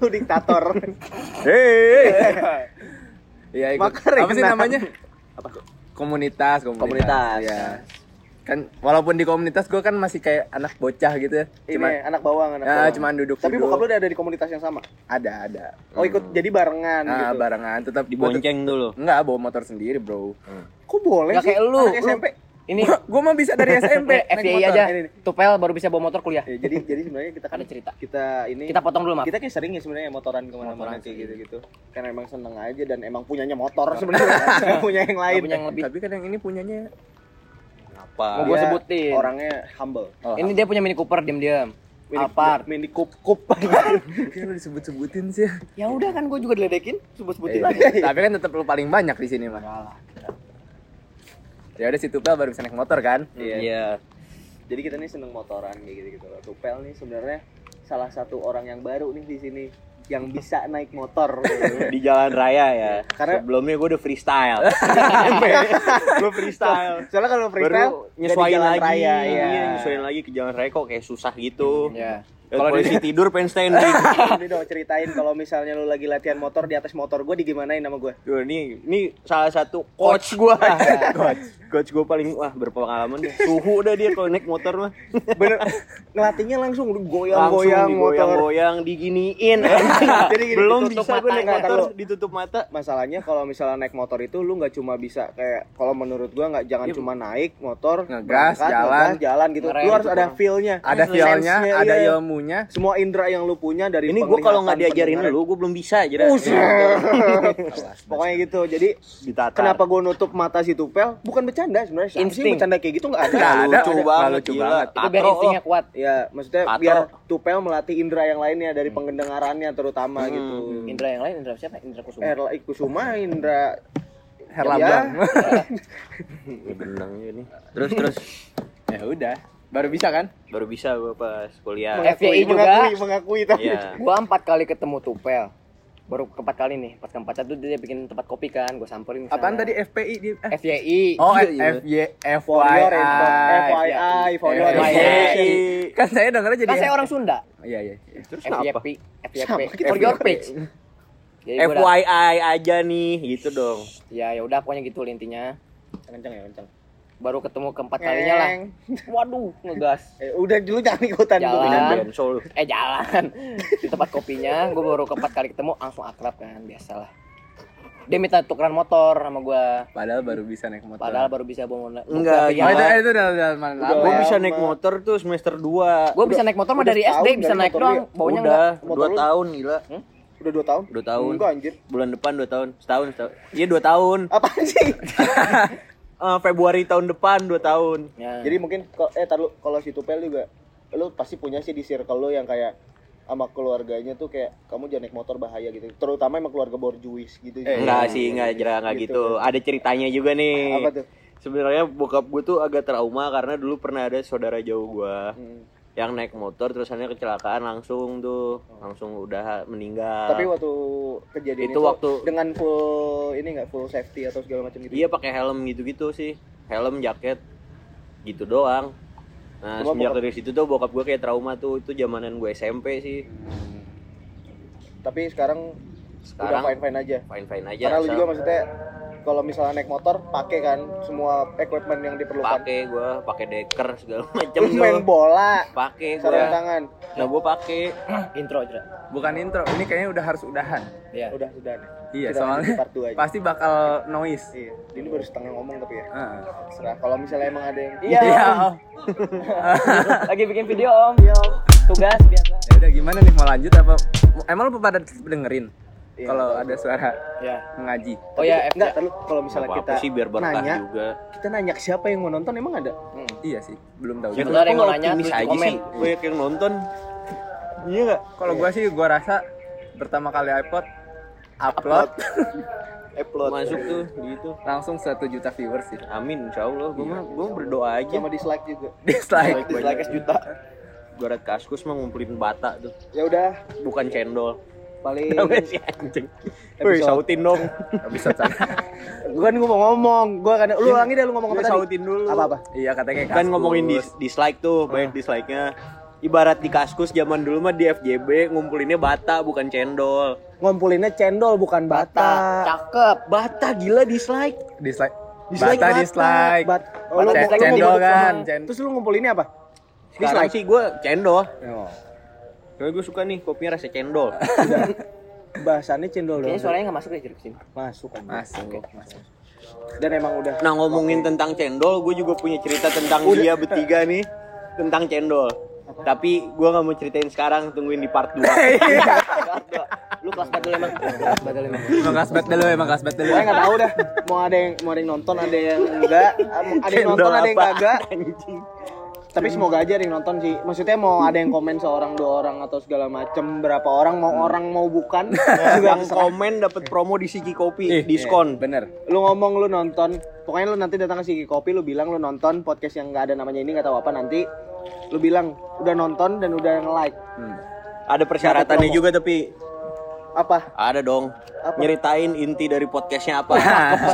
[SPEAKER 3] Lu diktator.
[SPEAKER 1] Hei,
[SPEAKER 3] *laughs*
[SPEAKER 2] ya ikut
[SPEAKER 3] Makar ya,
[SPEAKER 2] apa sih
[SPEAKER 3] kenal.
[SPEAKER 2] namanya
[SPEAKER 3] Apa?
[SPEAKER 2] komunitas komunitas,
[SPEAKER 1] Komunitas.
[SPEAKER 2] ya kan walaupun di komunitas gua kan masih kayak anak bocah gitu ya
[SPEAKER 3] Ini
[SPEAKER 2] cuma
[SPEAKER 3] anak bawang, anak
[SPEAKER 2] ya,
[SPEAKER 3] bawang.
[SPEAKER 2] cuman duduk
[SPEAKER 3] Tapi bokap lu udah ada di komunitas yang sama.
[SPEAKER 2] ada ada
[SPEAKER 4] Hmm.
[SPEAKER 3] Oh, ikut jadi barengan
[SPEAKER 4] Ah,
[SPEAKER 2] nah
[SPEAKER 3] gitu.
[SPEAKER 2] barengan tetap gua
[SPEAKER 1] dibonceng dulu.
[SPEAKER 2] tuh- enggak bawa motor sendiri bro
[SPEAKER 3] Kok boleh
[SPEAKER 4] Nggak
[SPEAKER 3] sih?
[SPEAKER 4] Ya, kayak lu,
[SPEAKER 3] Anak
[SPEAKER 4] lu.
[SPEAKER 3] SMP.
[SPEAKER 4] Ini *laughs*
[SPEAKER 2] gua mah bisa dari SMP naik
[SPEAKER 4] FDI
[SPEAKER 2] motor.
[SPEAKER 4] aja.
[SPEAKER 3] ini, ini.
[SPEAKER 4] Tupel baru bisa bawa motor kuliah.
[SPEAKER 3] Ya, jadi jadi sebenarnya kita kan
[SPEAKER 4] Ada cerita.
[SPEAKER 3] Kita ini
[SPEAKER 4] Kita potong dulu, Mak.
[SPEAKER 3] kita kayak sering ya sebenarnya motoran kemana-mana
[SPEAKER 4] Motoran
[SPEAKER 3] kayak gitu-gitu. Karena emang seneng aja dan emang punyanya motor
[SPEAKER 4] *laughs*
[SPEAKER 3] sebenarnya. Nggak punya yang lain.
[SPEAKER 4] Nggak punya yang lebih.
[SPEAKER 2] tapi kan yang ini punyanya
[SPEAKER 4] Mau
[SPEAKER 1] Apa?
[SPEAKER 4] gua
[SPEAKER 3] Dia
[SPEAKER 4] sebutin.
[SPEAKER 3] Orangnya humble.
[SPEAKER 2] oh,
[SPEAKER 4] Ini dia punya Mini Cooper diam-diam.
[SPEAKER 3] Mini-
[SPEAKER 4] Alphard.
[SPEAKER 3] Mini kup kup.
[SPEAKER 2] Kayak lu disebut-sebutin sih.
[SPEAKER 4] *laughs* Ya udah kan gue juga diledekin,
[SPEAKER 3] Iya.
[SPEAKER 4] sebut-sebutin lagi.
[SPEAKER 2] Eh, tapi kan tetap lu paling banyak di sini mah. Ya udah si Tupel baru bisa naik motor kan?
[SPEAKER 1] Iya.
[SPEAKER 3] Jadi kita nih seneng motoran kayak gitu gitu. Tupel nih sebenarnya salah satu orang yang baru nih di sini yang bisa naik
[SPEAKER 1] *laughs*
[SPEAKER 3] motor.
[SPEAKER 1] Di jalan raya ya.
[SPEAKER 3] Karena-
[SPEAKER 1] sebelumnya gue udah freestyle.
[SPEAKER 3] *laughs*
[SPEAKER 1] gue freestyle.
[SPEAKER 3] Soalnya kalau freestyle
[SPEAKER 1] Baru nyesuaiin lagi.
[SPEAKER 3] Raya,
[SPEAKER 1] iya.
[SPEAKER 3] ya. *laughs*
[SPEAKER 1] nyesuaiin lagi ke jalan raya kok kayak susah gitu.
[SPEAKER 2] Iya.
[SPEAKER 1] Kalau polisi tidur pengen standing.
[SPEAKER 3] Ini dong ceritain kalau misalnya lu lagi latihan motor di atas motor gue digimanain sama gue.
[SPEAKER 1] Duh, ini ini salah satu coach gue. coach. Coach gue paling wah berpengalaman deh. Suhu dah dia kalau naik motor mah.
[SPEAKER 3] Bener ngelatihnya langsung lu
[SPEAKER 1] Langsung
[SPEAKER 3] goyang-goyang motor.
[SPEAKER 1] digoyang-goyang diginiin. *laughs*
[SPEAKER 3] Jadi gini,
[SPEAKER 1] Belum
[SPEAKER 3] ditutup
[SPEAKER 1] bisa gue
[SPEAKER 3] mata,
[SPEAKER 1] naik
[SPEAKER 3] kata
[SPEAKER 1] motor
[SPEAKER 3] lu.
[SPEAKER 1] ditutup mata.
[SPEAKER 3] Masalahnya kalau misalnya naik motor itu lu nggak cuma bisa kayak kalau menurut gua nggak
[SPEAKER 1] Iya.
[SPEAKER 3] jangan cuma naik motor,
[SPEAKER 2] Ngegas, jalan.
[SPEAKER 3] ngegas, jalan gitu.
[SPEAKER 4] Ngerem
[SPEAKER 3] Lu harus
[SPEAKER 4] gitu
[SPEAKER 3] ada
[SPEAKER 4] doang.
[SPEAKER 3] feel-nya.
[SPEAKER 2] Ada feelnya,
[SPEAKER 3] Sense-nya,
[SPEAKER 2] ada
[SPEAKER 3] iya.
[SPEAKER 2] ilmunya.
[SPEAKER 3] semua indera yang lu punya dari
[SPEAKER 1] Ini gue kalau nggak diajarin
[SPEAKER 3] penglihatan,
[SPEAKER 1] lu, gue belum bisa aja. dah.
[SPEAKER 3] pendengaran. iya. pokoknya gitu jadi
[SPEAKER 1] Ditata.
[SPEAKER 3] kenapa gue nutup mata si tupel bukan bercanda sebenarnya siapa sih
[SPEAKER 4] Insting.
[SPEAKER 3] bercanda kayak gitu nggak ada
[SPEAKER 2] Nggak ada,
[SPEAKER 1] lucu banget,
[SPEAKER 2] ada. Nggak lucu
[SPEAKER 1] gila.
[SPEAKER 2] banget.
[SPEAKER 4] Itu biar
[SPEAKER 1] Patro,
[SPEAKER 4] instingnya
[SPEAKER 1] oh.
[SPEAKER 4] kuat.
[SPEAKER 3] ya maksudnya
[SPEAKER 1] Patro.
[SPEAKER 3] biar tupel melatih indera yang lainnya dari
[SPEAKER 1] Hmm.
[SPEAKER 3] pengendengarannya terutama gitu
[SPEAKER 4] Indra yang lain, Indra siapa? Indra
[SPEAKER 1] hmm.
[SPEAKER 4] Kusuma.
[SPEAKER 3] Erla Kusuma Indra
[SPEAKER 2] Herlambang.
[SPEAKER 1] Ya, benang ya nih. Terus terus
[SPEAKER 2] *laughs* Ya udah, baru bisa kan?
[SPEAKER 1] *laughs* baru bisa gue pas kuliah.
[SPEAKER 4] FPI juga.
[SPEAKER 3] mengakui mengakui tapi *laughs*
[SPEAKER 1] Iya.
[SPEAKER 4] Gua empat kali ketemu Tupel. Baru keempat kali nih, pas keempatnya tuh dia bikin tempat kopi kan, gua samperin kesana.
[SPEAKER 2] Apaan tadi FPI di eh.
[SPEAKER 4] FYI.
[SPEAKER 2] Oh, F Y F
[SPEAKER 3] for
[SPEAKER 2] Y
[SPEAKER 3] your info FYI for your
[SPEAKER 4] FYI.
[SPEAKER 1] Iya.
[SPEAKER 3] information.
[SPEAKER 2] Kan saya dengarnya jadi
[SPEAKER 4] Kan saya orang Sunda.
[SPEAKER 2] Iya, iya.
[SPEAKER 1] Terus kenapa?
[SPEAKER 4] FYP, FYP,
[SPEAKER 3] Sama, kita
[SPEAKER 4] for your
[SPEAKER 3] juga.
[SPEAKER 4] page. Jadi
[SPEAKER 1] Iya,
[SPEAKER 4] gua udah-
[SPEAKER 1] FYI aja nih gitu dong.
[SPEAKER 4] Ya ya udah pokoknya gitu lah intinya.
[SPEAKER 3] kencang ya kencang
[SPEAKER 4] baru ketemu keempat kalinya lah
[SPEAKER 3] Ngeng.
[SPEAKER 4] waduh ngegas
[SPEAKER 3] Eh, udah dulu jangan ikutan
[SPEAKER 1] Iya.
[SPEAKER 3] dulu.
[SPEAKER 4] Jalan.
[SPEAKER 1] Dengan Benso lu.
[SPEAKER 4] eh jalan di tempat kopinya gue baru keempat kali ketemu langsung akrab kan biasalah dia minta tukeran motor sama gue
[SPEAKER 2] Padahal baru bisa naik motor.
[SPEAKER 4] padahal baru bisa bawa ya,
[SPEAKER 1] Enggak,
[SPEAKER 2] Oh, itu,
[SPEAKER 1] Jalan.
[SPEAKER 2] itu udah udah mana
[SPEAKER 3] Udah.
[SPEAKER 1] Gue
[SPEAKER 3] Lama.
[SPEAKER 1] bisa naik motor tuh semester 2
[SPEAKER 4] gue bisa naik motor mah
[SPEAKER 3] udah
[SPEAKER 4] dari SD
[SPEAKER 3] setahun
[SPEAKER 4] bisa
[SPEAKER 3] dari
[SPEAKER 4] naik
[SPEAKER 3] motor
[SPEAKER 4] doang
[SPEAKER 3] dia.
[SPEAKER 4] baunya enggak
[SPEAKER 1] Udah, 2
[SPEAKER 3] Motor lu?
[SPEAKER 1] tahun gila
[SPEAKER 3] Udah 2 tahun?
[SPEAKER 1] 2 tahun
[SPEAKER 3] Enggak anjir.
[SPEAKER 1] Bulan depan 2 tahun Setahun, setahun Iya 2 tahun
[SPEAKER 3] Apaan sih?
[SPEAKER 1] Eh, Februari tahun depan 2 tahun
[SPEAKER 4] Ya.
[SPEAKER 3] Jadi mungkin ko- eh taruh kalau si Tupel juga lu pasti punya sih di circle lu yang kayak sama keluarganya tuh kayak kamu jangan naik motor bahaya gitu. Terutama sama keluarga borjuis gitu. kan.
[SPEAKER 2] Eh,
[SPEAKER 1] Enggak sih, enggak, enggak, enggak gitu. Ada ceritanya juga nih.
[SPEAKER 3] iya. Apa tuh?
[SPEAKER 1] Sebenarnya bokap gue tuh agak trauma karena dulu pernah ada saudara jauh gua
[SPEAKER 3] Hmm.
[SPEAKER 1] yang naik motor terusannya kecelakaan langsung tuh, langsung udah meninggal.
[SPEAKER 3] Tapi waktu kejadian
[SPEAKER 1] Itu
[SPEAKER 3] itu,
[SPEAKER 1] waktu-
[SPEAKER 3] dengan full ini enggak full safety atau segala macam gitu.
[SPEAKER 1] Iya pakai helm gitu-gitu sih, helm, jaket, gitu doang. Nah
[SPEAKER 3] Cuma
[SPEAKER 1] semenjak
[SPEAKER 3] bokap-
[SPEAKER 1] dari situ tuh bokap gue kayak trauma tuh, itu zamanan gue SMP sih.
[SPEAKER 3] Tapi sekarang,
[SPEAKER 1] Sekarang- Ya,
[SPEAKER 3] udah fine-fine aja.
[SPEAKER 1] Fine fine aja.
[SPEAKER 3] Karena lu
[SPEAKER 1] asal
[SPEAKER 3] juga maksudnya kalau misalnya naik motor pakai kan semua equipment yang diperlukan.
[SPEAKER 1] pakai gue, pakai deker
[SPEAKER 3] *laughs*
[SPEAKER 1] segala macem
[SPEAKER 3] Lu
[SPEAKER 1] tuh.
[SPEAKER 3] main bola,
[SPEAKER 1] Pakai gue.
[SPEAKER 3] sarung tangan.
[SPEAKER 1] Nah gue pakai.
[SPEAKER 4] intro
[SPEAKER 3] *laughs*
[SPEAKER 4] aja
[SPEAKER 2] Bukan intro, ini kayaknya udah harus udahan.
[SPEAKER 4] ya
[SPEAKER 3] Udah sudah nih.
[SPEAKER 2] Iya,
[SPEAKER 3] Kita lanjut
[SPEAKER 2] soalnya
[SPEAKER 3] part dua aja.
[SPEAKER 2] pasti bakal noise.
[SPEAKER 3] Iya, ini baru setengah ngomong tapi ya.
[SPEAKER 2] Heeh.
[SPEAKER 3] Serah kalau misalnya emang ada yang
[SPEAKER 4] iya
[SPEAKER 2] Iya.
[SPEAKER 4] Om.
[SPEAKER 2] Om.
[SPEAKER 4] lagi bikin video om
[SPEAKER 3] Iya.
[SPEAKER 4] tugas
[SPEAKER 3] *laughs*
[SPEAKER 4] biasa
[SPEAKER 2] Ya udah gimana nih mau lanjut apa? Emang lu pada dengerin?
[SPEAKER 3] Iya,
[SPEAKER 2] kalau
[SPEAKER 3] tahu.
[SPEAKER 2] ada suara
[SPEAKER 4] ya
[SPEAKER 2] ngaji.
[SPEAKER 4] oh ya F
[SPEAKER 3] enggak terlalu kalau misalnya
[SPEAKER 1] Apa
[SPEAKER 3] kita
[SPEAKER 1] apa sih biar berkah
[SPEAKER 3] nanya,
[SPEAKER 1] juga.
[SPEAKER 3] kita nanya ke siapa yang mau nonton emang ada?
[SPEAKER 4] Hmm.
[SPEAKER 2] Iya sih, belum tahu.
[SPEAKER 1] Ya,
[SPEAKER 4] Sebentar,
[SPEAKER 1] kenapa
[SPEAKER 4] yang mau
[SPEAKER 1] nggak
[SPEAKER 4] nanya,
[SPEAKER 1] optimis
[SPEAKER 4] tulis di
[SPEAKER 1] aja
[SPEAKER 4] komen.
[SPEAKER 1] sih? Banyak yang nonton.
[SPEAKER 3] Iya enggak?
[SPEAKER 2] Kalau gua sih gua rasa pertama kali iPod upload
[SPEAKER 3] Upload
[SPEAKER 1] Masuk tuh di itu.
[SPEAKER 2] langsung 1 juta viewers sih. *laughs*
[SPEAKER 1] Amin insya Allah. Gue mah gue
[SPEAKER 3] Iya.
[SPEAKER 1] berdoa aja.
[SPEAKER 3] sama dislike juga.
[SPEAKER 2] Dislike.
[SPEAKER 3] Dislike juta.
[SPEAKER 1] Barat kaskus mah ngumpulin bata tuh.
[SPEAKER 3] Ya udah,
[SPEAKER 1] Bukan cendol.
[SPEAKER 3] paling
[SPEAKER 1] Apa sih anjing? Iya. Wih sautin dong.
[SPEAKER 2] Episode sana.
[SPEAKER 3] gua kan gua mau ngomong, gua kan lu ulangi deh lu ngomong apa
[SPEAKER 1] Lu
[SPEAKER 3] tadi?
[SPEAKER 1] sautin Iya, dulu.
[SPEAKER 3] Apa-apa?
[SPEAKER 2] Iya katanya kayak
[SPEAKER 1] Kan ngomongin
[SPEAKER 2] kaskus.
[SPEAKER 1] dis- dislike tuh, banyak dislike-nya. Ibarat di kaskus zaman dulu mah di FJB ngumpulinnya bata bukan cendol.
[SPEAKER 3] Ngumpulinnya cendol bukan bata.
[SPEAKER 4] cakep
[SPEAKER 1] Bata gila dislike.
[SPEAKER 2] dislike.
[SPEAKER 3] Dislike
[SPEAKER 2] Bata
[SPEAKER 3] bata.
[SPEAKER 2] dislike.
[SPEAKER 3] Bat-
[SPEAKER 2] Bata
[SPEAKER 3] Oh, lu mau- lu mau
[SPEAKER 2] cendol
[SPEAKER 3] ngomong
[SPEAKER 2] kan,
[SPEAKER 3] sama-
[SPEAKER 2] cendol.
[SPEAKER 3] Terus lu ngumpulinnya apa?
[SPEAKER 1] Sekarang sih gue cendol.
[SPEAKER 2] Oh.
[SPEAKER 1] Soalnya gue suka nih kopinya rasa cendol.
[SPEAKER 3] Bahasannya cendol
[SPEAKER 4] kayaknya
[SPEAKER 3] doang.
[SPEAKER 4] suaranya nggak masuk deh jeruk sini
[SPEAKER 3] Masuk kan.
[SPEAKER 2] Masuk, masuk.
[SPEAKER 3] Dan emang udah
[SPEAKER 1] Nah ngomongin tentang cendol, gue juga punya cerita tentang dia bertiga nih tentang cendol. Tapi gue nggak mau ceritain sekarang, tungguin di part 2
[SPEAKER 4] lu kelas batul emang kelas batul emang
[SPEAKER 2] Emang kasbet dulu, emang kasbet dulu.
[SPEAKER 3] Gue nggak tahu dah. Mau ada yang mau ada yang nonton, ada yang enggak, ada yang nonton, ada yang kagak. Tapi semoga aja ada yang nonton sih. Maksudnya mau ada yang komen seorang, dua orang atau segala macem, berapa orang, mau orang mau bukan juga
[SPEAKER 1] Yang
[SPEAKER 3] terserah.
[SPEAKER 1] komen dapat promo di Siki Kopi,
[SPEAKER 2] Ih, iya.
[SPEAKER 1] diskon.
[SPEAKER 2] Bener.
[SPEAKER 3] Lu ngomong lu nonton, pokoknya lu nanti datang ke Siki Kopi, lu bilang lu nonton podcast yang nggak ada namanya ini nggak tahu apa nanti. Lu bilang udah nonton dan udah like.
[SPEAKER 2] Hmm.
[SPEAKER 1] Ada persyaratannya
[SPEAKER 3] Dapat promo.
[SPEAKER 1] juga tapi
[SPEAKER 3] Apa?
[SPEAKER 1] ada dong.
[SPEAKER 3] Apa?
[SPEAKER 1] Nyeritain inti dari podcastnya apa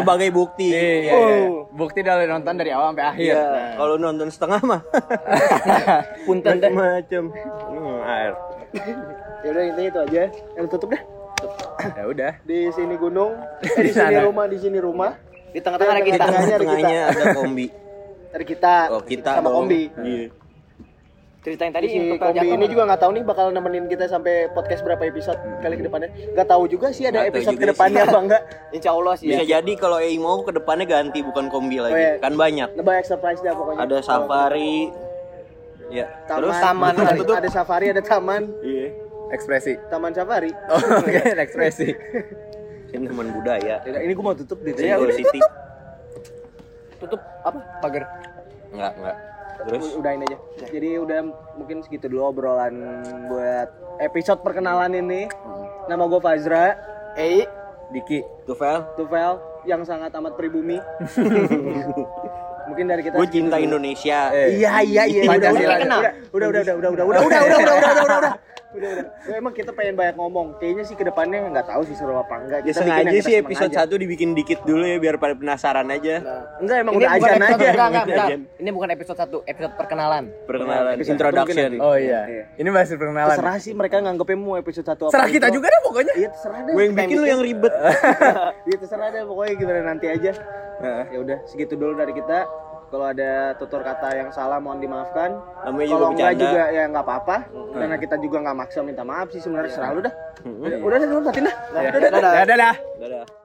[SPEAKER 1] sebagai bukti.
[SPEAKER 2] Iya, iya, iya. Bukti dari nonton dari awal sampai akhir.
[SPEAKER 1] Iya, kalau nonton setengah mah
[SPEAKER 4] punten deh
[SPEAKER 1] macam hmm, air.
[SPEAKER 3] Ya udah intinya itu aja. Yang tutup deh.
[SPEAKER 2] Ya udah.
[SPEAKER 3] Di sini gunung, eh, di sini
[SPEAKER 2] Di sana.
[SPEAKER 3] rumah, di sini rumah.
[SPEAKER 4] di tengah-tengah ada kita
[SPEAKER 3] Tengahnya ada
[SPEAKER 1] Tengahnya ada kombi.
[SPEAKER 3] Dari kita,
[SPEAKER 1] Oh, kita
[SPEAKER 3] sama
[SPEAKER 1] dong.
[SPEAKER 3] kombi.
[SPEAKER 1] Iya.
[SPEAKER 4] cerita yang tadi
[SPEAKER 3] si
[SPEAKER 4] yang tukar
[SPEAKER 3] Kombi
[SPEAKER 4] jatuh.
[SPEAKER 3] ini juga nggak tahu nih bakal nemenin kita sampai podcast berapa episode kali ke depannya. Nggak tahu juga sih
[SPEAKER 1] Hmm.
[SPEAKER 3] ada
[SPEAKER 1] Nggak tahu
[SPEAKER 3] episode
[SPEAKER 1] juga
[SPEAKER 3] ke depannya
[SPEAKER 1] sih. Iya.
[SPEAKER 3] apa enggak.
[SPEAKER 4] *laughs* insya allah sih
[SPEAKER 1] Bisa jadi kalau EI mau ke depannya ganti bukan kombi lagi.
[SPEAKER 3] Oh, iya.
[SPEAKER 1] Kan banyak.
[SPEAKER 3] Nah, banyak surprise dah pokoknya.
[SPEAKER 1] ada safari ya
[SPEAKER 3] Taman.
[SPEAKER 1] terus
[SPEAKER 4] taman
[SPEAKER 3] Ada-
[SPEAKER 4] kali.
[SPEAKER 3] ada safari, ada taman,
[SPEAKER 1] iya
[SPEAKER 2] Ekspresi.
[SPEAKER 3] *laughs* taman safari.
[SPEAKER 2] Oh, oke, *laughs* ekspresi.
[SPEAKER 1] ini teman budaya
[SPEAKER 3] Yaudah, ini gue mau tutup di sini.
[SPEAKER 1] Sentul City
[SPEAKER 4] tutup apa pagar
[SPEAKER 1] enggak enggak terus
[SPEAKER 3] Udahin aja. Jadi udah mungkin segitu dulu obrolan buat episode perkenalan ini.
[SPEAKER 1] Hmm.
[SPEAKER 3] Nama gue Fazra,
[SPEAKER 4] eh
[SPEAKER 2] Diki.
[SPEAKER 1] Tuvel
[SPEAKER 3] Tufel yang sangat amat
[SPEAKER 1] *laughs*
[SPEAKER 3] pribumi. mungkin dari kita
[SPEAKER 1] gue cinta Indonesia
[SPEAKER 2] Eh.
[SPEAKER 3] Iya iya iya udah
[SPEAKER 2] Pancasila.
[SPEAKER 3] udah udah udah udah udah udah udah udah udah udah udah udah udah udah udah udah Ya, emang kita pengen banyak ngomong kayaknya sih kedepannya nggak tahu sih seru apa
[SPEAKER 1] ya
[SPEAKER 3] enggak kita bikin
[SPEAKER 1] sengaja
[SPEAKER 3] yang kita
[SPEAKER 1] sih
[SPEAKER 3] seneng
[SPEAKER 1] episode
[SPEAKER 3] aja.
[SPEAKER 1] 1 dibikin dikit dulu ya biar pada penasaran aja
[SPEAKER 3] enggak emang
[SPEAKER 4] ini
[SPEAKER 3] udah
[SPEAKER 4] bukan
[SPEAKER 3] ajan aja
[SPEAKER 4] episode enggak, enggak,
[SPEAKER 1] Udah
[SPEAKER 4] bentar.
[SPEAKER 1] ajan.
[SPEAKER 4] ini bukan episode satu episode perkenalan
[SPEAKER 1] Iya, perkenalan
[SPEAKER 3] Episode satu
[SPEAKER 1] introduction
[SPEAKER 3] mungkin
[SPEAKER 2] Oh iya. Ini masih perkenalan.
[SPEAKER 3] terserah sih mereka nganggepnya mau episode satu apa
[SPEAKER 2] Serah kita
[SPEAKER 3] intro.
[SPEAKER 2] juga deh pokoknya.
[SPEAKER 3] iya terserah deh
[SPEAKER 1] gue yang bikin lu yang ribet
[SPEAKER 3] iya terserah deh pokoknya gimana nanti aja
[SPEAKER 2] Heeh.
[SPEAKER 3] ya udah segitu dulu dari kita Kalau ada tutur kata yang salah mohon dimaafkan.
[SPEAKER 1] Namanya juga
[SPEAKER 3] Kalau enggak
[SPEAKER 1] bercanda.
[SPEAKER 3] juga ya nggak apa-apa. Karena kita juga nggak maksa minta maaf sih sebenarnya serah lu dah.
[SPEAKER 1] Hmm.
[SPEAKER 3] Udah udah deh lu batin dah. Udah,
[SPEAKER 2] Ya.
[SPEAKER 3] udah, udah.
[SPEAKER 2] Dadah.
[SPEAKER 1] Dadah.